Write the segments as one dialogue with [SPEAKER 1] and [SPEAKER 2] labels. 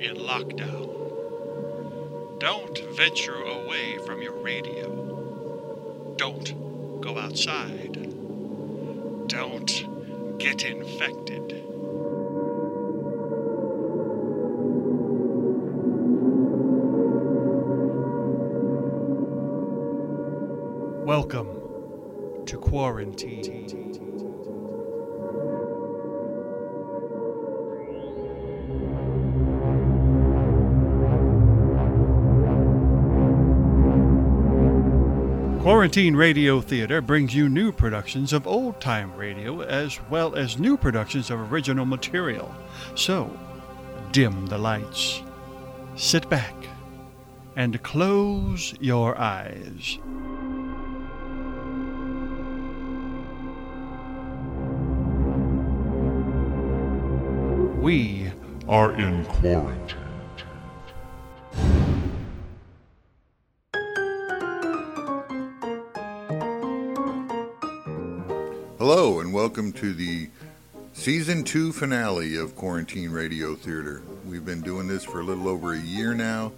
[SPEAKER 1] in lockdown. Don't venture away from your radio. Don't go outside. Don't get infected. Welcome to quarantine. Quarantine Radio Theater brings you new productions of old time radio as well as new productions of original material. So, dim the lights, sit back, and close your eyes. We
[SPEAKER 2] are in quarantine. Hello, and welcome to the season two finale of Quarantine Radio Theater. We've been doing this for a little over a year now,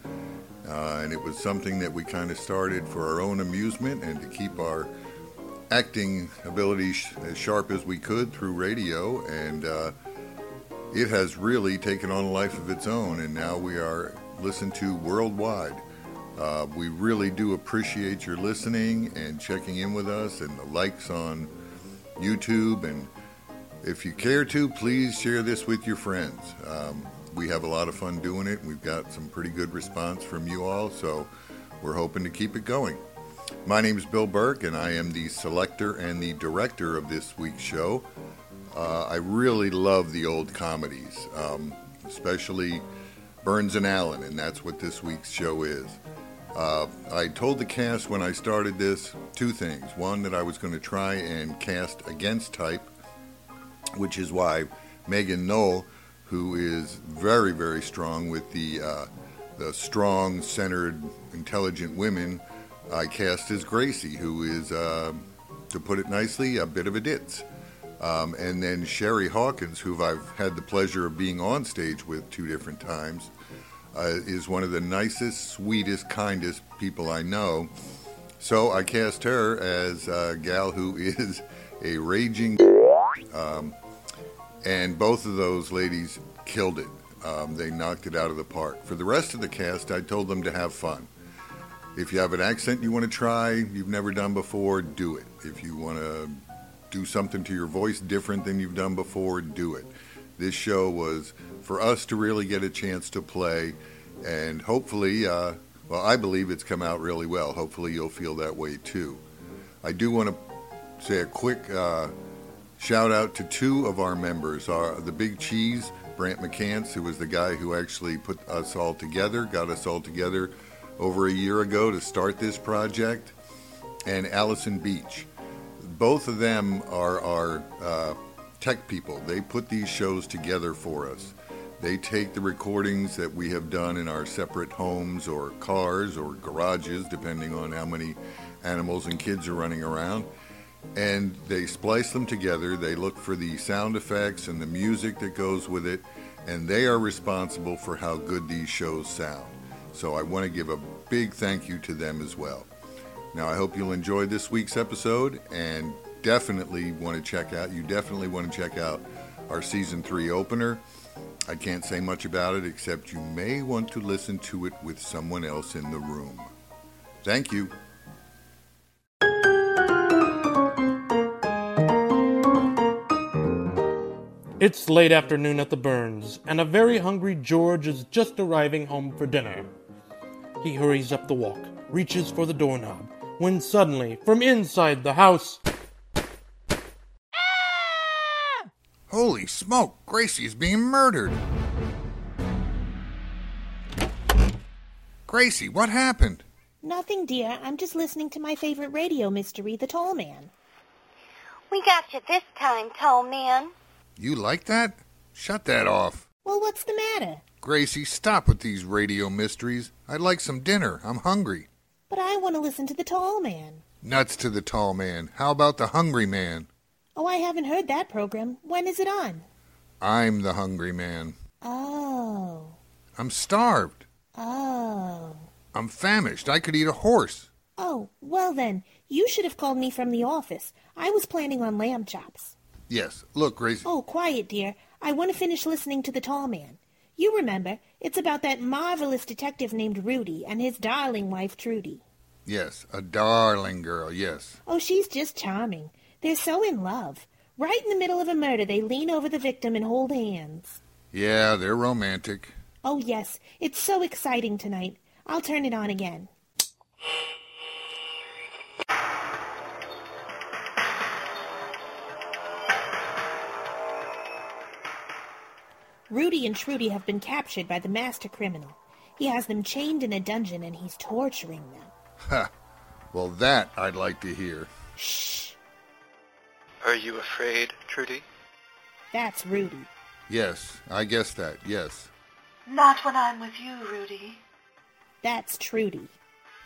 [SPEAKER 2] uh, and it was something that we kind of started for our own amusement and to keep our acting abilities sh- as sharp as we could through radio. And uh, it has really taken on a life of its own, and now we are listened to worldwide. Uh, we really do appreciate your listening and checking in with us and the likes on YouTube. And if you care to, please share this with your friends. Um, we have a lot of fun doing it. We've got some pretty good response from you all, so we're hoping to keep it going. My name is Bill Burke, and I am the selector and the director of this week's show. Uh, I really love the old comedies, um, especially Burns and Allen, and that's what this week's show is. Uh, I told the cast when I started this two things. One, that I was going to try and cast against type, which is why Megan Knoll, who is very, very strong with the, uh, the strong, centered, intelligent women, I cast as Gracie, who is, uh, to put it nicely, a bit of a ditz. Um, and then Sherry Hawkins, who I've had the pleasure of being on stage with two different times, uh, is one of the nicest, sweetest, kindest people I know. So I cast her as a gal who is a raging. Um, and both of those ladies killed it. Um, they knocked it out of the park. For the rest of the cast, I told them to have fun. If you have an accent you want to try, you've never done before, do it. If you want to do something to your voice different than you've done before, do it. This show was for us to really get a chance to play, and hopefully, uh, well, I believe it's come out really well. Hopefully, you'll feel that way too. I do want to say a quick uh, shout out to two of our members our, the Big Cheese, Brant McCants, who was the guy who actually put us all together, got us all together over a year ago to start this project, and Allison Beach both of them are our uh, tech people. They put these shows together for us. They take the recordings that we have done in our separate homes or cars or garages, depending on how many animals and kids are running around, and they splice them together. They look for the sound effects and the music that goes with it, and they are responsible for how good these shows sound. So I want to give a big thank you to them as well. Now, I hope you'll enjoy this week's episode and definitely want to check out, you definitely want to check out our season three opener. I can't say much about it except you may want to listen to it with someone else in the room. Thank you.
[SPEAKER 3] It's late afternoon at the Burns, and a very hungry George is just arriving home for dinner. He hurries up the walk, reaches for the doorknob, when suddenly, from inside the house,
[SPEAKER 2] Holy smoke, Gracie's being murdered. Gracie, what happened?
[SPEAKER 4] Nothing, dear. I'm just listening to my favorite radio mystery, The Tall Man.
[SPEAKER 5] We got you this time, tall man.
[SPEAKER 2] You like that? Shut that off.
[SPEAKER 4] Well, what's the matter?
[SPEAKER 2] Gracie, stop with these radio mysteries. I'd like some dinner. I'm hungry.
[SPEAKER 4] But I want to listen to The Tall Man.
[SPEAKER 2] Nuts to the tall man. How about the hungry man?
[SPEAKER 4] Oh, I haven't heard that program. When is it on?
[SPEAKER 2] I'm the hungry man.
[SPEAKER 4] Oh.
[SPEAKER 2] I'm starved.
[SPEAKER 4] Oh.
[SPEAKER 2] I'm famished. I could eat a horse.
[SPEAKER 4] Oh, well then, you should have called me from the office. I was planning on lamb chops.
[SPEAKER 2] Yes. Look, Gracie.
[SPEAKER 4] Oh, quiet, dear. I want to finish listening to the tall man. You remember, it's about that marvelous detective named Rudy and his darling wife, Trudy.
[SPEAKER 2] Yes, a darling girl. Yes.
[SPEAKER 4] Oh, she's just charming. They're so in love. Right in the middle of a murder, they lean over the victim and hold hands.
[SPEAKER 2] Yeah, they're romantic.
[SPEAKER 4] Oh, yes, it's so exciting tonight. I'll turn it on again. Rudy and Trudy have been captured by the master criminal. He has them chained in a dungeon and he's torturing them.
[SPEAKER 2] Ha. Well, that I'd like to hear.
[SPEAKER 4] Shh,
[SPEAKER 6] Are you afraid, Trudy?
[SPEAKER 4] that's Rudy.
[SPEAKER 2] Yes, I guess that. Yes.
[SPEAKER 5] Not when I'm with you, Rudy.
[SPEAKER 4] That's Trudy.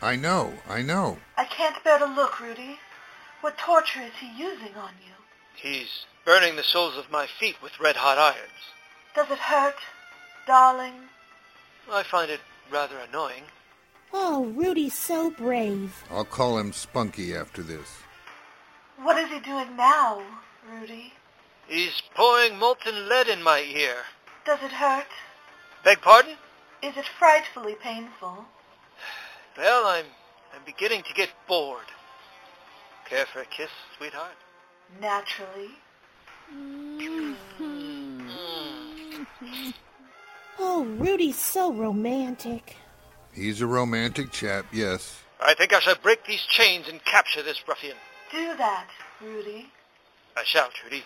[SPEAKER 2] I know. I know.
[SPEAKER 5] I can't bear to look, Rudy. What torture is he using on you?
[SPEAKER 6] He's burning the soles of my feet with red-hot irons.
[SPEAKER 5] Does it hurt, darling?
[SPEAKER 6] I find it rather annoying.
[SPEAKER 4] Oh, Rudy's so brave.
[SPEAKER 2] I'll call him Spunky after this.
[SPEAKER 5] What is he doing now, Rudy?
[SPEAKER 6] He's pouring molten lead in my ear.
[SPEAKER 5] Does it hurt?
[SPEAKER 6] Beg pardon?
[SPEAKER 5] Is it frightfully painful?
[SPEAKER 6] Well, I'm I'm beginning to get bored. Care for a kiss, sweetheart?
[SPEAKER 5] Naturally.
[SPEAKER 4] Mm-hmm. Mm. Oh, Rudy's so romantic.
[SPEAKER 2] He's a romantic chap. Yes.
[SPEAKER 6] I think I shall break these chains and capture this ruffian.
[SPEAKER 5] Do that, Rudy.
[SPEAKER 6] I shall, Trudy.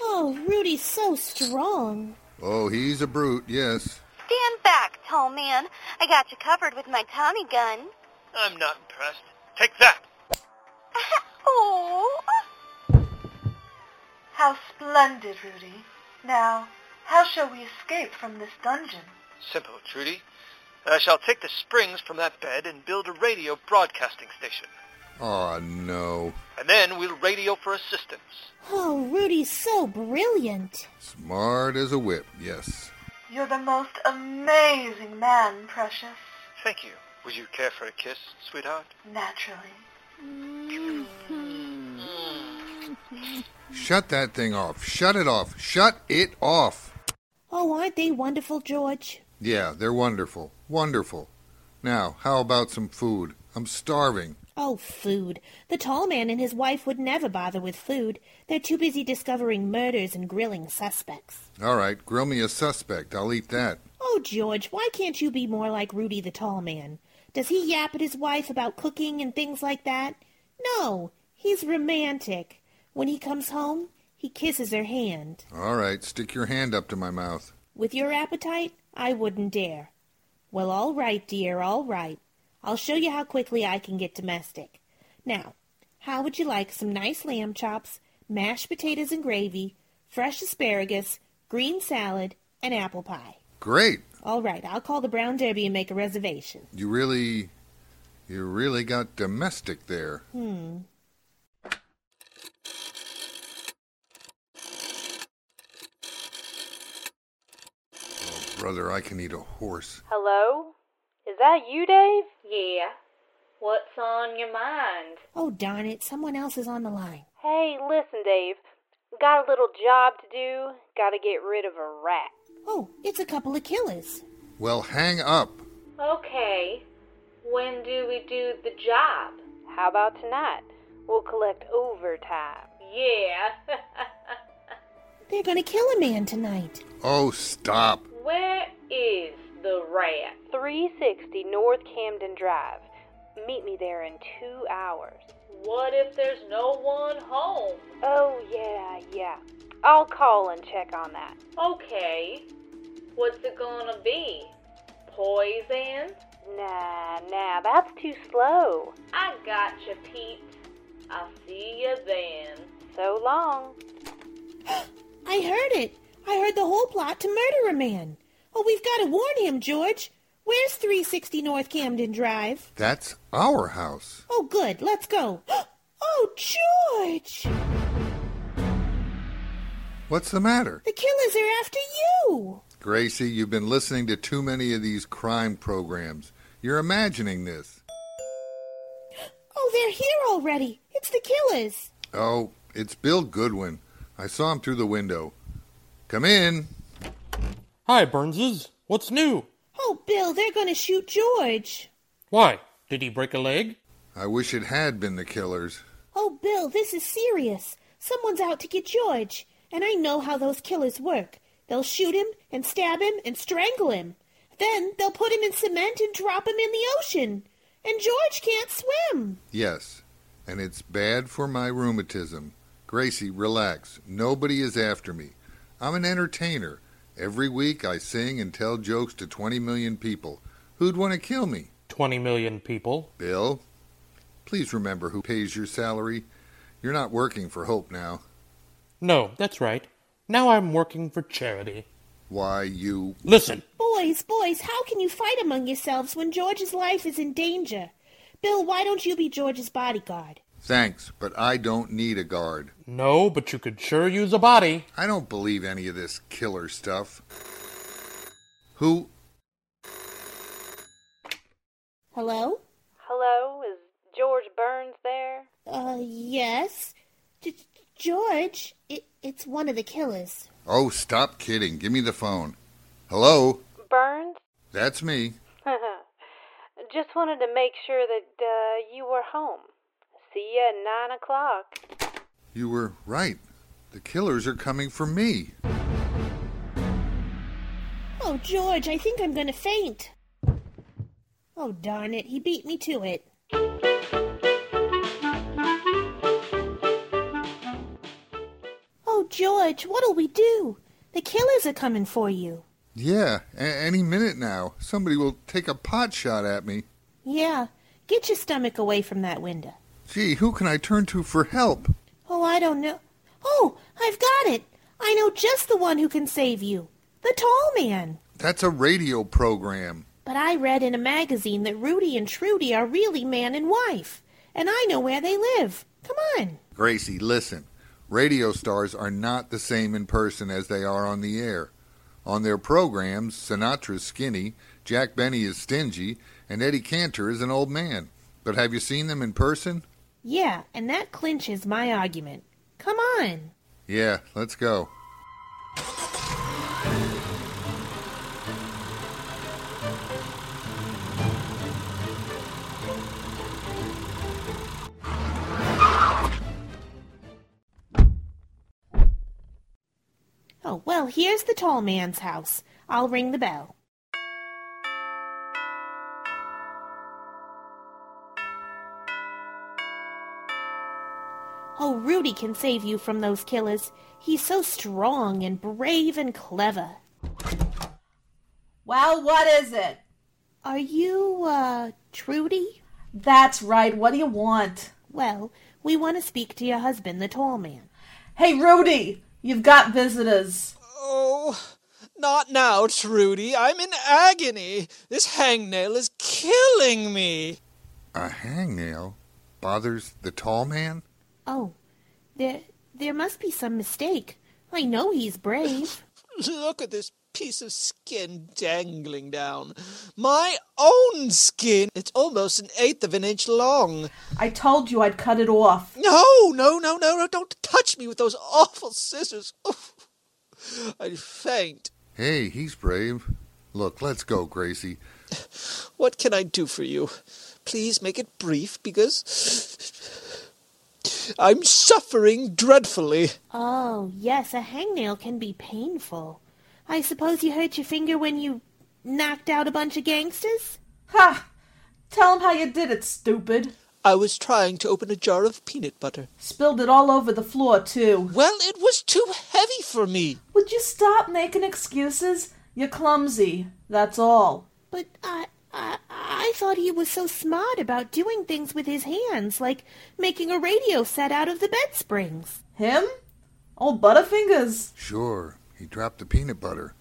[SPEAKER 4] Oh, Rudy's so strong.
[SPEAKER 2] Oh, he's a brute. Yes.
[SPEAKER 5] Stand back, tall man. I got you covered with my Tommy gun.
[SPEAKER 6] I'm not impressed. Take that.
[SPEAKER 5] oh. How splendid, Rudy. Now, how shall we escape from this dungeon?
[SPEAKER 6] Simple, Trudy. I shall take the springs from that bed and build a radio broadcasting station.
[SPEAKER 2] Oh no.
[SPEAKER 6] And then we'll radio for assistance.
[SPEAKER 4] Oh, Rudy's so brilliant.
[SPEAKER 2] Smart as a whip. Yes.
[SPEAKER 5] You're the most amazing man, Precious.
[SPEAKER 6] Thank you. Would you care for a kiss, sweetheart?
[SPEAKER 5] Naturally.
[SPEAKER 2] Shut that thing off. Shut it off. Shut it off.
[SPEAKER 4] Oh, aren't they wonderful, George?
[SPEAKER 2] Yeah, they're wonderful. Wonderful. Now, how about some food? I'm starving.
[SPEAKER 4] Oh, food. The tall man and his wife would never bother with food. They're too busy discovering murders and grilling suspects.
[SPEAKER 2] All right, grill me a suspect. I'll eat that.
[SPEAKER 4] Oh, George, why can't you be more like Rudy the tall man? Does he yap at his wife about cooking and things like that? No, he's romantic. When he comes home, he kisses her hand.
[SPEAKER 2] All right, stick your hand up to my mouth.
[SPEAKER 4] With your appetite, I wouldn't dare. Well, all right, dear, all right. I'll show you how quickly I can get domestic. Now, how would you like some nice lamb chops, mashed potatoes and gravy, fresh asparagus, green salad, and apple pie?
[SPEAKER 2] Great.
[SPEAKER 4] All right, I'll call the Brown Derby and make a reservation.
[SPEAKER 2] You really you really got domestic there.
[SPEAKER 4] Hmm.
[SPEAKER 2] Brother, I can eat a horse.
[SPEAKER 7] Hello? Is that you, Dave? Yeah. What's on your mind?
[SPEAKER 4] Oh, darn it, someone else is on the line.
[SPEAKER 7] Hey, listen, Dave. Got a little job to do. Gotta get rid of a rat.
[SPEAKER 4] Oh, it's a couple of killers.
[SPEAKER 2] Well, hang up.
[SPEAKER 7] Okay. When do we do the job? How about tonight? We'll collect overtime. Yeah.
[SPEAKER 4] They're gonna kill a man tonight.
[SPEAKER 2] Oh, stop.
[SPEAKER 7] Where is the rat? 360 North Camden Drive. Meet me there in two hours. What if there's no one home? Oh, yeah, yeah. I'll call and check on that. Okay. What's it gonna be? Poison? Nah, nah, that's too slow. I gotcha, Pete. I'll see you then. So long.
[SPEAKER 4] I heard it. I heard the whole plot to murder a man. Oh, we've got to warn him, George. Where's 360 North Camden Drive?
[SPEAKER 2] That's our house.
[SPEAKER 4] Oh, good. Let's go. Oh, George!
[SPEAKER 2] What's the matter?
[SPEAKER 4] The killers are after you!
[SPEAKER 2] Gracie, you've been listening to too many of these crime programs. You're imagining this.
[SPEAKER 4] Oh, they're here already. It's the killers.
[SPEAKER 2] Oh, it's Bill Goodwin. I saw him through the window. Come in.
[SPEAKER 3] Hi, Burnses. What's new?
[SPEAKER 4] Oh, Bill, they're going to shoot George.
[SPEAKER 3] Why? Did he break a leg?
[SPEAKER 2] I wish it had been the killers.
[SPEAKER 4] Oh, Bill, this is serious. Someone's out to get George. And I know how those killers work. They'll shoot him and stab him and strangle him. Then they'll put him in cement and drop him in the ocean. And George can't swim.
[SPEAKER 2] Yes, and it's bad for my rheumatism. Gracie, relax. Nobody is after me. I'm an entertainer. Every week I sing and tell jokes to 20 million people. Who'd want to kill me?
[SPEAKER 3] 20 million people.
[SPEAKER 2] Bill? Please remember who pays your salary. You're not working for Hope now.
[SPEAKER 3] No, that's right. Now I'm working for charity.
[SPEAKER 2] Why, you.
[SPEAKER 3] Listen,
[SPEAKER 4] Boys, boys, how can you fight among yourselves when George's life is in danger? Bill, why don't you be George's bodyguard?
[SPEAKER 2] Thanks, but I don't need a guard.
[SPEAKER 3] no, but you could sure use a body.
[SPEAKER 2] I don't believe any of this killer stuff. Who?
[SPEAKER 4] Hello?
[SPEAKER 7] Hello, is George Burns there?
[SPEAKER 4] Uh, yes? G- George? It, it's one of the killers.
[SPEAKER 2] Oh, stop kidding. Give me the phone. Hello?
[SPEAKER 7] Burns?
[SPEAKER 2] That's me.
[SPEAKER 7] Just wanted to make sure that uh, you were home. See you at 9 o'clock.
[SPEAKER 2] You were right. The killers are coming for me.
[SPEAKER 4] Oh, George, I think I'm gonna faint. Oh, darn it, he beat me to it. Oh, George, what'll we do? The killers are coming for you.
[SPEAKER 2] Yeah, a- any minute now. Somebody will take a pot shot at me.
[SPEAKER 4] Yeah, get your stomach away from that window.
[SPEAKER 2] Gee, who can I turn to for help?
[SPEAKER 4] Oh, I don't know. Oh, I've got it. I know just the one who can save you. The tall man.
[SPEAKER 2] That's a radio program.
[SPEAKER 4] But I read in a magazine that Rudy and Trudy are really man and wife. And I know where they live. Come on.
[SPEAKER 2] Gracie, listen. Radio stars are not the same in person as they are on the air. On their programs, Sinatra's skinny, Jack Benny is stingy, and Eddie Cantor is an old man. But have you seen them in person?
[SPEAKER 4] Yeah, and that clinches my argument. Come on.
[SPEAKER 2] Yeah, let's go.
[SPEAKER 4] Oh, well, here's the tall man's house. I'll ring the bell. Oh, Rudy can save you from those killers. He's so strong and brave and clever.
[SPEAKER 8] Well, what is it?
[SPEAKER 4] Are you, uh, Trudy?
[SPEAKER 8] That's right. What do you want?
[SPEAKER 4] Well, we want to speak to your husband, the tall man.
[SPEAKER 8] Hey, Rudy, you've got visitors.
[SPEAKER 9] Oh, not now, Trudy. I'm in agony. This hangnail is killing me.
[SPEAKER 2] A hangnail bothers the tall man?
[SPEAKER 4] Oh, there, there must be some mistake. I know he's brave.
[SPEAKER 9] Look at this piece of skin dangling down. My own skin. It's almost an eighth of an inch long.
[SPEAKER 8] I told you I'd cut it off.
[SPEAKER 9] No, no, no, no, no. Don't touch me with those awful scissors. Oof. I'd faint.
[SPEAKER 2] Hey, he's brave. Look, let's go, Gracie.
[SPEAKER 9] What can I do for you? Please make it brief because I'm suffering dreadfully.
[SPEAKER 4] oh, yes, a hangnail can be painful. I suppose you hurt your finger when you knocked out a bunch of gangsters?
[SPEAKER 8] Ha! Tell him how you did it, stupid.
[SPEAKER 9] I was trying to open a jar of peanut butter.
[SPEAKER 8] Spilled it all over the floor, too.
[SPEAKER 9] Well, it was too heavy for me.
[SPEAKER 8] Would you stop making excuses? You're clumsy, that's all.
[SPEAKER 4] But I, I, I thought he was so smart about doing things with his hands, like making a radio set out of the bed springs.
[SPEAKER 8] Him? Old Butterfingers.
[SPEAKER 2] Sure, he dropped the peanut butter.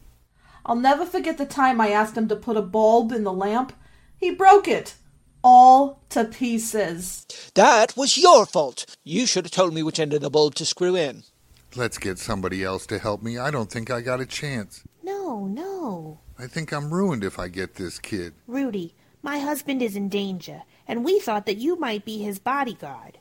[SPEAKER 8] I'll never forget the time I asked him to put a bulb in the lamp. He broke it. All to pieces.
[SPEAKER 9] That was your fault. You should have told me which end of the bulb to screw in.
[SPEAKER 2] Let's get somebody else to help me. I don't think I got a chance.
[SPEAKER 4] No, No, no.
[SPEAKER 2] I think I'm ruined if I get this kid.
[SPEAKER 4] Rudy, my husband is in danger, and we thought that you might be his bodyguard.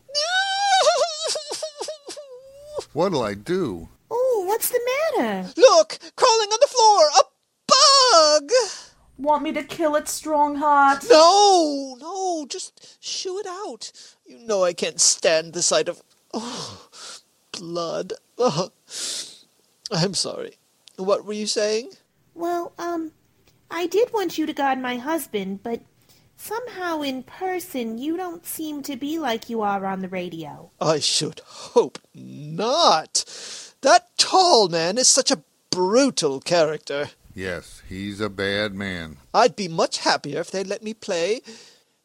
[SPEAKER 2] What'll I do?
[SPEAKER 4] Oh, what's the matter?
[SPEAKER 9] Look, crawling on the floor, a bug!
[SPEAKER 8] Want me to kill it, Strongheart?
[SPEAKER 9] No, no, just shoo it out. You know I can't stand the sight of oh, blood. Ugh. I'm sorry. What were you saying?
[SPEAKER 4] Well, um, I did want you to guard my husband, but somehow in person you don't seem to be like you are on the radio.
[SPEAKER 9] I should hope not. That tall man is such a brutal character.
[SPEAKER 2] Yes, he's a bad man.
[SPEAKER 9] I'd be much happier if they'd let me play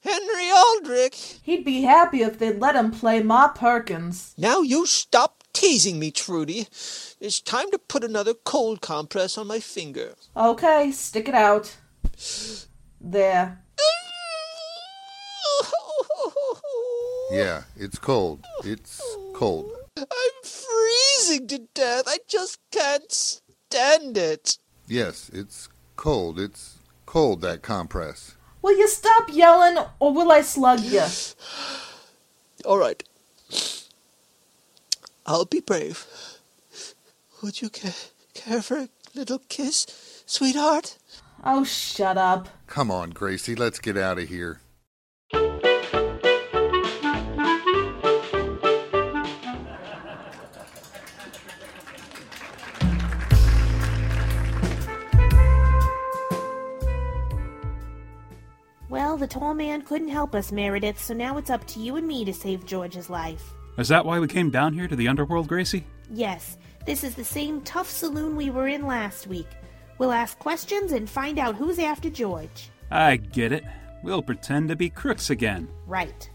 [SPEAKER 9] Henry Aldrich.
[SPEAKER 8] He'd be happy if they'd let him play Ma Perkins.
[SPEAKER 9] Now you stop teasing me, Trudy. It's time to put another cold compress on my finger.
[SPEAKER 8] Okay, stick it out. There.
[SPEAKER 2] Yeah, it's cold. It's cold.
[SPEAKER 9] I'm freezing to death. I just can't stand it.
[SPEAKER 2] Yes, it's cold. It's cold, that compress.
[SPEAKER 8] Will you stop yelling or will I slug you?
[SPEAKER 9] All right. I'll be brave. Would you ca- care for a little kiss, sweetheart?
[SPEAKER 8] Oh, shut up.
[SPEAKER 2] Come on, Gracie, let's get out of here.
[SPEAKER 4] Well, the tall man couldn't help us, Meredith, so now it's up to you and me to save George's life.
[SPEAKER 10] Is that why we came down here to the underworld, Gracie?
[SPEAKER 4] Yes, this is the same tough saloon we were in last week. We'll ask questions and find out who's after George.
[SPEAKER 10] I get it. We'll pretend to be crooks again.
[SPEAKER 4] Right.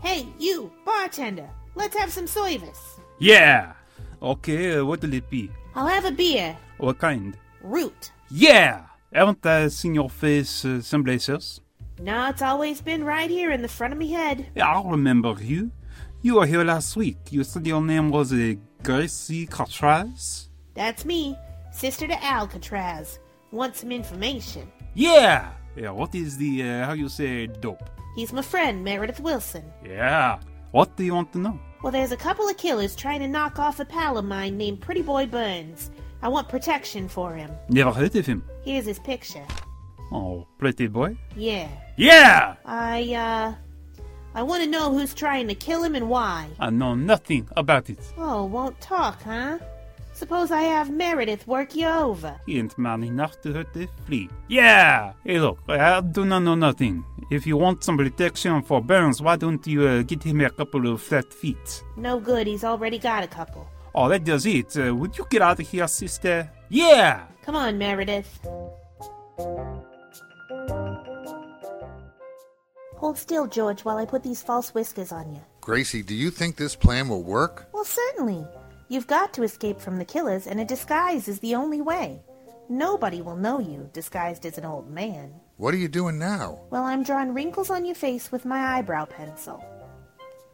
[SPEAKER 4] Hey, you, bartender, let's have some soivas.
[SPEAKER 10] Yeah! Okay, uh, what'll it be?
[SPEAKER 4] I'll have a beer.
[SPEAKER 10] What kind?
[SPEAKER 4] Root.
[SPEAKER 10] Yeah! Haven't I seen your face uh, someplace else?
[SPEAKER 4] No, it's always been right here in the front of me head.
[SPEAKER 10] I remember you. You were here last week. You said your name was uh, Gracie Cartraz?
[SPEAKER 4] That's me, sister to Alcatraz. Want some information?
[SPEAKER 10] Yeah! Yeah, what is the, uh, how you say, dope?
[SPEAKER 4] He's my friend, Meredith Wilson.
[SPEAKER 10] Yeah. What do you want to know?
[SPEAKER 4] Well, there's a couple of killers trying to knock off a pal of mine named Pretty Boy Burns. I want protection for him.
[SPEAKER 10] Never heard of him.
[SPEAKER 4] Here's his picture.
[SPEAKER 10] Oh, pretty boy.
[SPEAKER 4] Yeah.
[SPEAKER 10] Yeah!
[SPEAKER 4] I, uh. I want to know who's trying to kill him and why.
[SPEAKER 10] I know nothing about it.
[SPEAKER 4] Oh, won't talk, huh? Suppose I have Meredith work you over.
[SPEAKER 10] He ain't man enough to hurt the flea. Yeah! Hey, look, I do not know nothing. If you want some protection for Burns, why don't you uh, get him a couple of flat feet?
[SPEAKER 4] No good, he's already got a couple.
[SPEAKER 10] Oh, that does it. Uh, would you get out of here, sister? Yeah!
[SPEAKER 4] Come on, Meredith. Hold still, George, while I put these false whiskers on you.
[SPEAKER 2] Gracie, do you think this plan will work?
[SPEAKER 4] Well, certainly. You've got to escape from the killers, and a disguise is the only way. Nobody will know you, disguised as an old man.
[SPEAKER 2] What are you doing now?
[SPEAKER 4] Well, I'm drawing wrinkles on your face with my eyebrow pencil.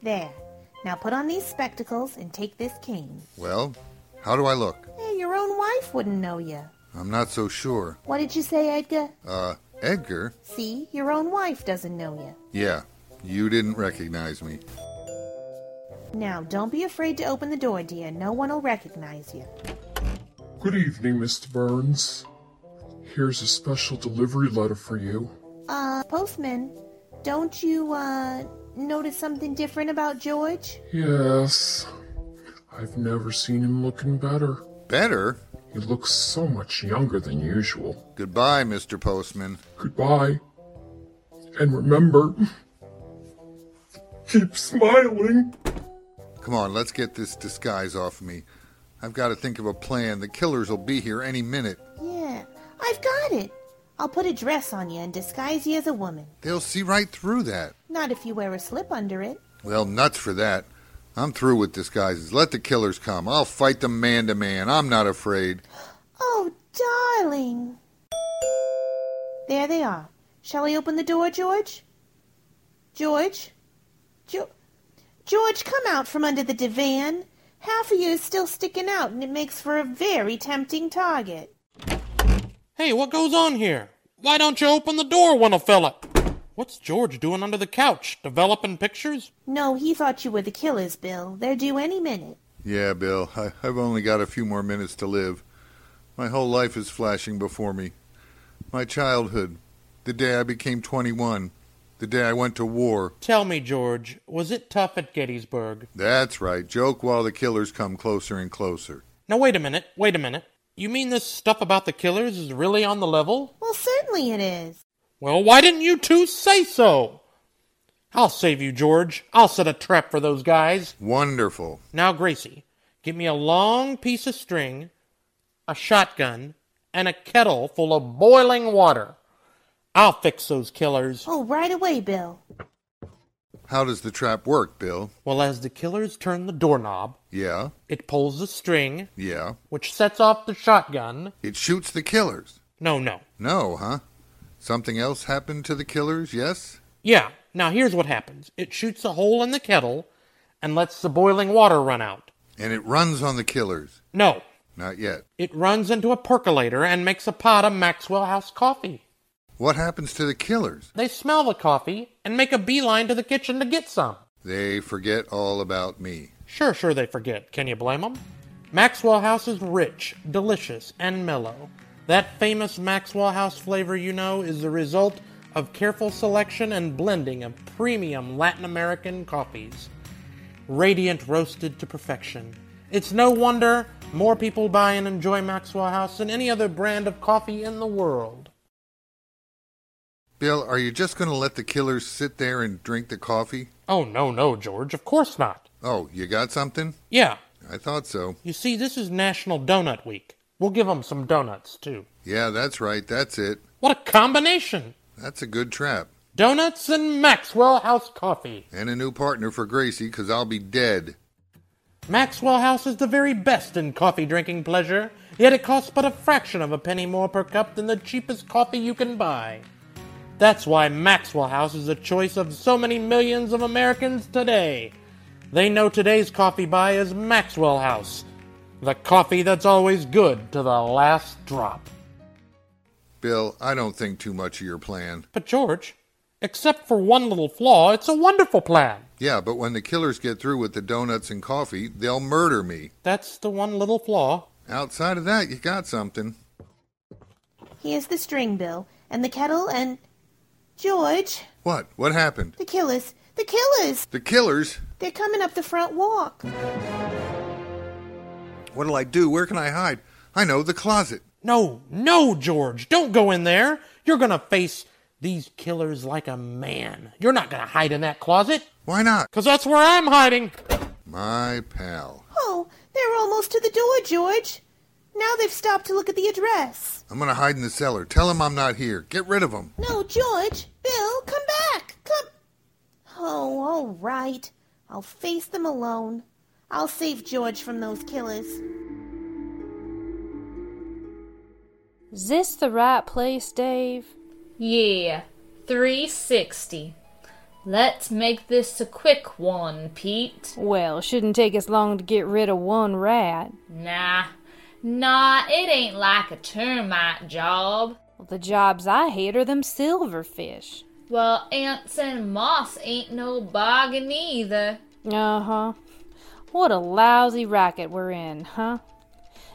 [SPEAKER 4] There. Now put on these spectacles and take this cane.
[SPEAKER 2] Well, how do I look?
[SPEAKER 4] Hey, your own wife wouldn't know you.
[SPEAKER 2] I'm not so sure.
[SPEAKER 4] What did you say, Edgar?
[SPEAKER 2] Uh, Edgar?
[SPEAKER 4] See, your own wife doesn't know you.
[SPEAKER 2] Yeah, you didn't recognize me.
[SPEAKER 4] Now, don't be afraid to open the door, dear. No one will recognize you.
[SPEAKER 11] Good evening, Mr. Burns. Here's a special delivery letter for you.
[SPEAKER 4] Uh, postman, don't you, uh, notice something different about George?
[SPEAKER 11] Yes, I've never seen him looking better.
[SPEAKER 2] Better?
[SPEAKER 11] He looks so much younger than usual.
[SPEAKER 2] Goodbye, Mr. Postman.
[SPEAKER 11] Goodbye. And remember, keep smiling.
[SPEAKER 2] Come on, let's get this disguise off me. I've got to think of a plan. The killers will be here any minute.
[SPEAKER 4] Yeah, I've got it. I'll put a dress on you and disguise you as a woman.
[SPEAKER 2] They'll see right through that.
[SPEAKER 4] Not if you wear a slip under it.
[SPEAKER 2] Well, nuts for that. I'm through with disguises. Let the killers come. I'll fight them man to man. I'm not afraid.
[SPEAKER 4] Oh, darling. There they are. Shall I open the door, George? George? Jo- George, come out from under the divan. Half of you is still sticking out, and it makes for a very tempting target.
[SPEAKER 3] Hey, what goes on here? Why don't you open the door, one fella? What's George doing under the couch? Developing pictures?
[SPEAKER 4] No, he thought you were the killers, Bill. They're due any minute.
[SPEAKER 2] Yeah, Bill, I, I've only got a few more minutes to live. My whole life is flashing before me. My childhood, the day I became 21, the day I went to war.
[SPEAKER 3] Tell me, George, was it tough at Gettysburg?
[SPEAKER 2] That's right, joke while the killers come closer and closer.
[SPEAKER 3] Now, wait a minute, wait a minute. You mean this stuff about the killers is really on the level?
[SPEAKER 4] Well, certainly it is.
[SPEAKER 3] Well, why didn't you two say so? I'll save you, George. I'll set a trap for those guys.
[SPEAKER 2] Wonderful.
[SPEAKER 3] Now, Gracie, give me a long piece of string, a shotgun, and a kettle full of boiling water. I'll fix those killers.
[SPEAKER 4] Oh, right away, Bill.
[SPEAKER 2] How does the trap work, Bill?
[SPEAKER 3] Well, as the killers turn the doorknob,
[SPEAKER 2] Yeah,
[SPEAKER 3] it pulls the string,
[SPEAKER 2] yeah.
[SPEAKER 3] which sets off the shotgun.
[SPEAKER 2] It shoots the killers.
[SPEAKER 3] No, no.
[SPEAKER 2] No, huh? Something else happened to the killers, yes?
[SPEAKER 3] Yeah, now here's what happens it shoots a hole in the kettle and lets the boiling water run out.
[SPEAKER 2] And it runs on the killers.
[SPEAKER 3] No,
[SPEAKER 2] Not yet.
[SPEAKER 3] it runs into a percolator and makes a pot of Maxwell House coffee.
[SPEAKER 2] What happens to the killers?
[SPEAKER 3] They smell the coffee and make a beeline to the kitchen to get some.
[SPEAKER 2] They forget all about me.
[SPEAKER 3] Sure, sure, they forget. Can you blame 'em? Maxwell House is rich, delicious, and mellow. That famous Maxwell House flavor you know is the result of careful selection and blending of premium Latin American coffees. Radiant roasted to perfection. It's no wonder more people buy and enjoy Maxwell House than any other brand of coffee in the world.
[SPEAKER 2] Bill, are you just going to let the killers sit there and drink the coffee?
[SPEAKER 3] Oh, no, no, George, of course not.
[SPEAKER 2] Oh, you got something?
[SPEAKER 3] Yeah,
[SPEAKER 2] I thought so.
[SPEAKER 3] you see, this is National Donut Week. We'll give 'em some donuts, too.
[SPEAKER 2] Yeah, that's right. That's it.
[SPEAKER 3] What a combination!
[SPEAKER 2] That's a good trap.
[SPEAKER 3] Donuts and Maxwell House coffee.
[SPEAKER 2] And a new partner for Gracie, 'cause I'll be dead.
[SPEAKER 3] Maxwell House is the very best in coffee drinking pleasure, yet it costs but a fraction of a penny more per cup than the cheapest coffee you can buy. That's why Maxwell House is the choice of so many millions of Americans today. They know today's coffee buy is Maxwell House, the coffee that's always good to the last drop.
[SPEAKER 2] Bill, I don't think too much of your plan.
[SPEAKER 3] But, George, except for one little flaw, it's a wonderful plan.
[SPEAKER 2] Yeah, but when the killers get through with the donuts and coffee, they'll murder me.
[SPEAKER 3] That's the one little flaw.
[SPEAKER 2] Outside of that, you got something.
[SPEAKER 4] Here's the string, Bill, and the kettle and. George,
[SPEAKER 2] What? What happened?
[SPEAKER 4] the killers, the killers!
[SPEAKER 2] The killers?
[SPEAKER 4] They're coming up the front walk.
[SPEAKER 2] What'll I do? Where can I hide? I know the closet.
[SPEAKER 3] No, no, George, don't go in there. You're going to face these killers like a man. You're not going to hide in that closet,
[SPEAKER 2] Why not?
[SPEAKER 3] 'cause that's where I'm hiding.
[SPEAKER 2] My pal.
[SPEAKER 4] Oh, they're almost to the door, George. Now they've stopped to look at the address.
[SPEAKER 2] I'm gonna hide in the cellar. Tell him I'm not here. Get rid of him.
[SPEAKER 4] No, George, Bill, come back, come. Oh, all right. I'll face them alone. I'll save George from those killers.
[SPEAKER 12] Is this the right place, Dave?
[SPEAKER 13] Yeah, 360. Let's make this a quick one, Pete.
[SPEAKER 12] Well, shouldn't take us long to get rid of one rat.
[SPEAKER 13] Nah, nah, it ain't like a termite job.
[SPEAKER 12] The jobs I hate are them silverfish.
[SPEAKER 13] Well, ants and moss ain't no bargain either.
[SPEAKER 12] Uh huh. What a lousy racket we're in, huh?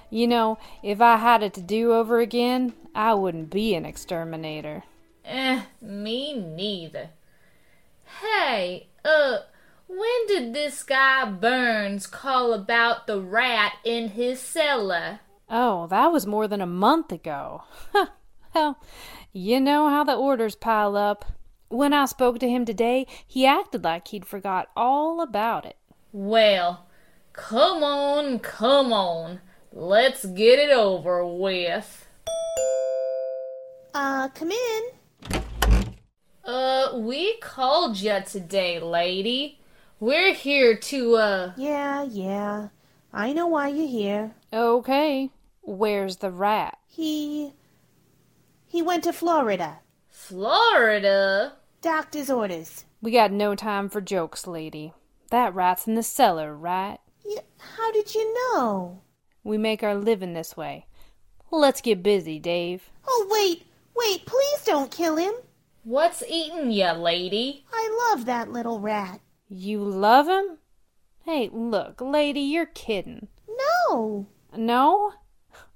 [SPEAKER 12] You know, if I had it to do over again, I wouldn't be an exterminator.
[SPEAKER 13] Eh, me neither. Hey, uh, when did this guy Burns call about the rat in his cellar?
[SPEAKER 12] Oh, that was more than a month ago. well, you know how the orders pile up. When I spoke to him today, he acted like he'd forgot all about it.
[SPEAKER 13] Well, come on, come on. Let's get it over with.
[SPEAKER 4] Uh, come in.
[SPEAKER 13] Uh, we called you today, lady. We're here to, uh,
[SPEAKER 4] Yeah, yeah. I know why you're here.
[SPEAKER 12] Okay, where's the rat?
[SPEAKER 4] He. He went to Florida.
[SPEAKER 13] Florida.
[SPEAKER 4] Doctor's orders.
[SPEAKER 12] We got no time for jokes, lady. That rat's in the cellar, right?
[SPEAKER 4] Y- how did you know?
[SPEAKER 12] We make our living this way. Let's get busy, Dave.
[SPEAKER 4] Oh, wait, wait, please don't kill him.
[SPEAKER 13] What's eating you, lady?
[SPEAKER 4] I love that little rat.
[SPEAKER 12] You love him? Hey, look, lady, you're kidding.
[SPEAKER 4] No,
[SPEAKER 12] No?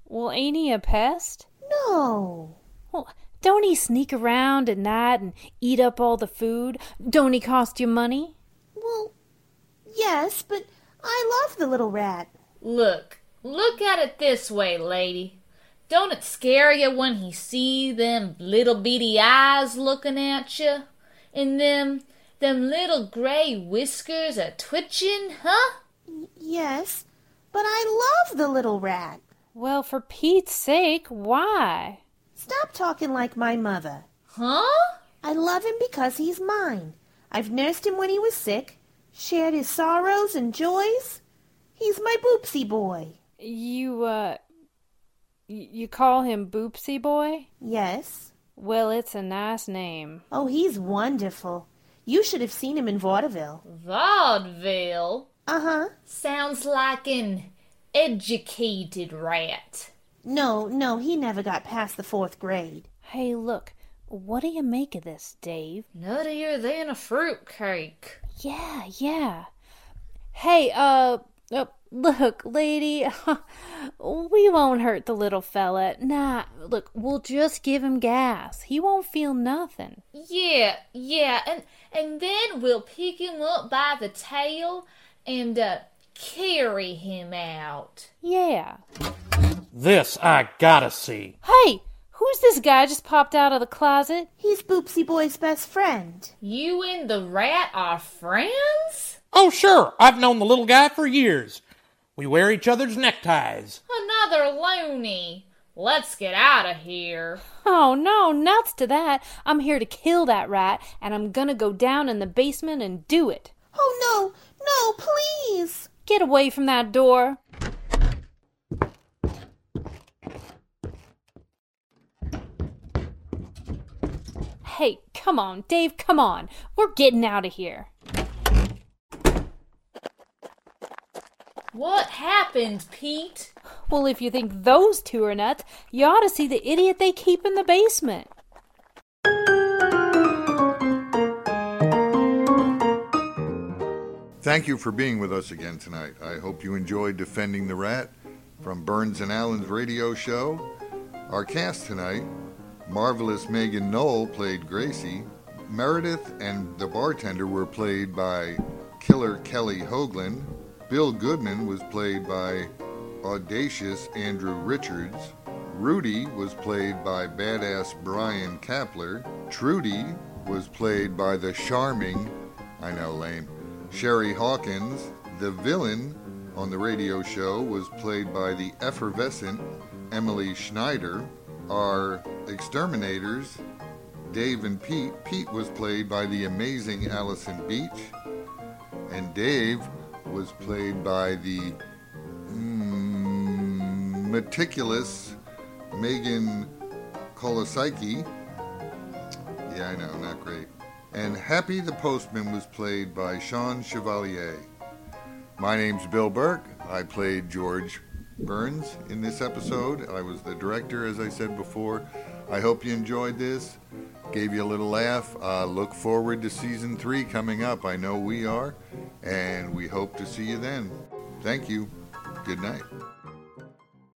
[SPEAKER 12] Well, ain't he a pest?
[SPEAKER 4] no.
[SPEAKER 12] Well, don't he sneak around at night and eat up all the food? Don't he cost you money?
[SPEAKER 4] Well, yes, but I love the little rat.
[SPEAKER 13] Look, look at it this way, lady. Don't it scare you when he see them little beady eyes looking at you, and them them little gray whiskers a twitching, huh?
[SPEAKER 4] Yes, but I love the little rat.
[SPEAKER 12] Well, for Pete's sake, why?
[SPEAKER 4] Stop talking like my mother.
[SPEAKER 13] Huh?
[SPEAKER 4] I love him because he's mine. I've nursed him when he was sick, shared his sorrows and joys. He's my boopsy boy.
[SPEAKER 12] You, uh, y- you call him Boopsy Boy?
[SPEAKER 4] Yes.
[SPEAKER 12] Well, it's a nice name.
[SPEAKER 4] Oh, he's wonderful. You should have seen him in vaudeville.
[SPEAKER 13] Vaudeville
[SPEAKER 4] Uh huh.
[SPEAKER 13] sounds like an educated rat.
[SPEAKER 4] No, no, he never got past the fourth grade.
[SPEAKER 12] Hey, look, what do you make of this, Dave?
[SPEAKER 13] Nuttier than a fruitcake.
[SPEAKER 12] Yeah, yeah. Hey, uh, uh, look, lady, we won't hurt the little fella. Nah, look, we'll just give him gas. He won't feel nothing.
[SPEAKER 13] Yeah, yeah, and and then we'll pick him up by the tail and uh, carry him out.
[SPEAKER 12] Yeah.
[SPEAKER 3] This I gotta see.
[SPEAKER 12] Hey, who's this guy just popped out of the closet?
[SPEAKER 4] He's Boopsy Boy's best friend.
[SPEAKER 13] You and the rat are friends?
[SPEAKER 3] Oh, sure, I've known the little guy for years. We wear each other's neckties.
[SPEAKER 13] Another loony. Let's get out of here.
[SPEAKER 12] Oh, no, nuts to that. I'm here to kill that rat, and I'm gonna go down in the basement and do it.
[SPEAKER 4] Oh, no, no, please.
[SPEAKER 12] Get away from that door. Hey, come on, Dave, come on. We're getting out of here.
[SPEAKER 13] What happened, Pete?
[SPEAKER 12] Well, if you think those two are nuts, you ought to see the idiot they keep in the basement.
[SPEAKER 2] Thank you for being with us again tonight. I hope you enjoyed Defending the Rat from Burns and Allen's radio show. Our cast tonight marvelous Megan Knoll played Gracie, Meredith and the bartender were played by killer Kelly Hoagland, Bill Goodman was played by audacious Andrew Richards, Rudy was played by badass Brian Kapler, Trudy was played by the charming, I know, lame. Sherry Hawkins, the villain on the radio show, was played by the effervescent Emily Schneider. Our exterminators, Dave and Pete. Pete was played by the amazing Allison Beach, and Dave was played by the mm, meticulous Megan Kolosaiki. Yeah, I know, not great. And Happy the Postman was played by Sean Chevalier. My name's Bill Burke. I played George Burns in this episode. I was the director, as I said before. I hope you enjoyed this, gave you a little laugh. Uh, look forward to season three coming up. I know we are, and we hope to see you then. Thank you. Good night.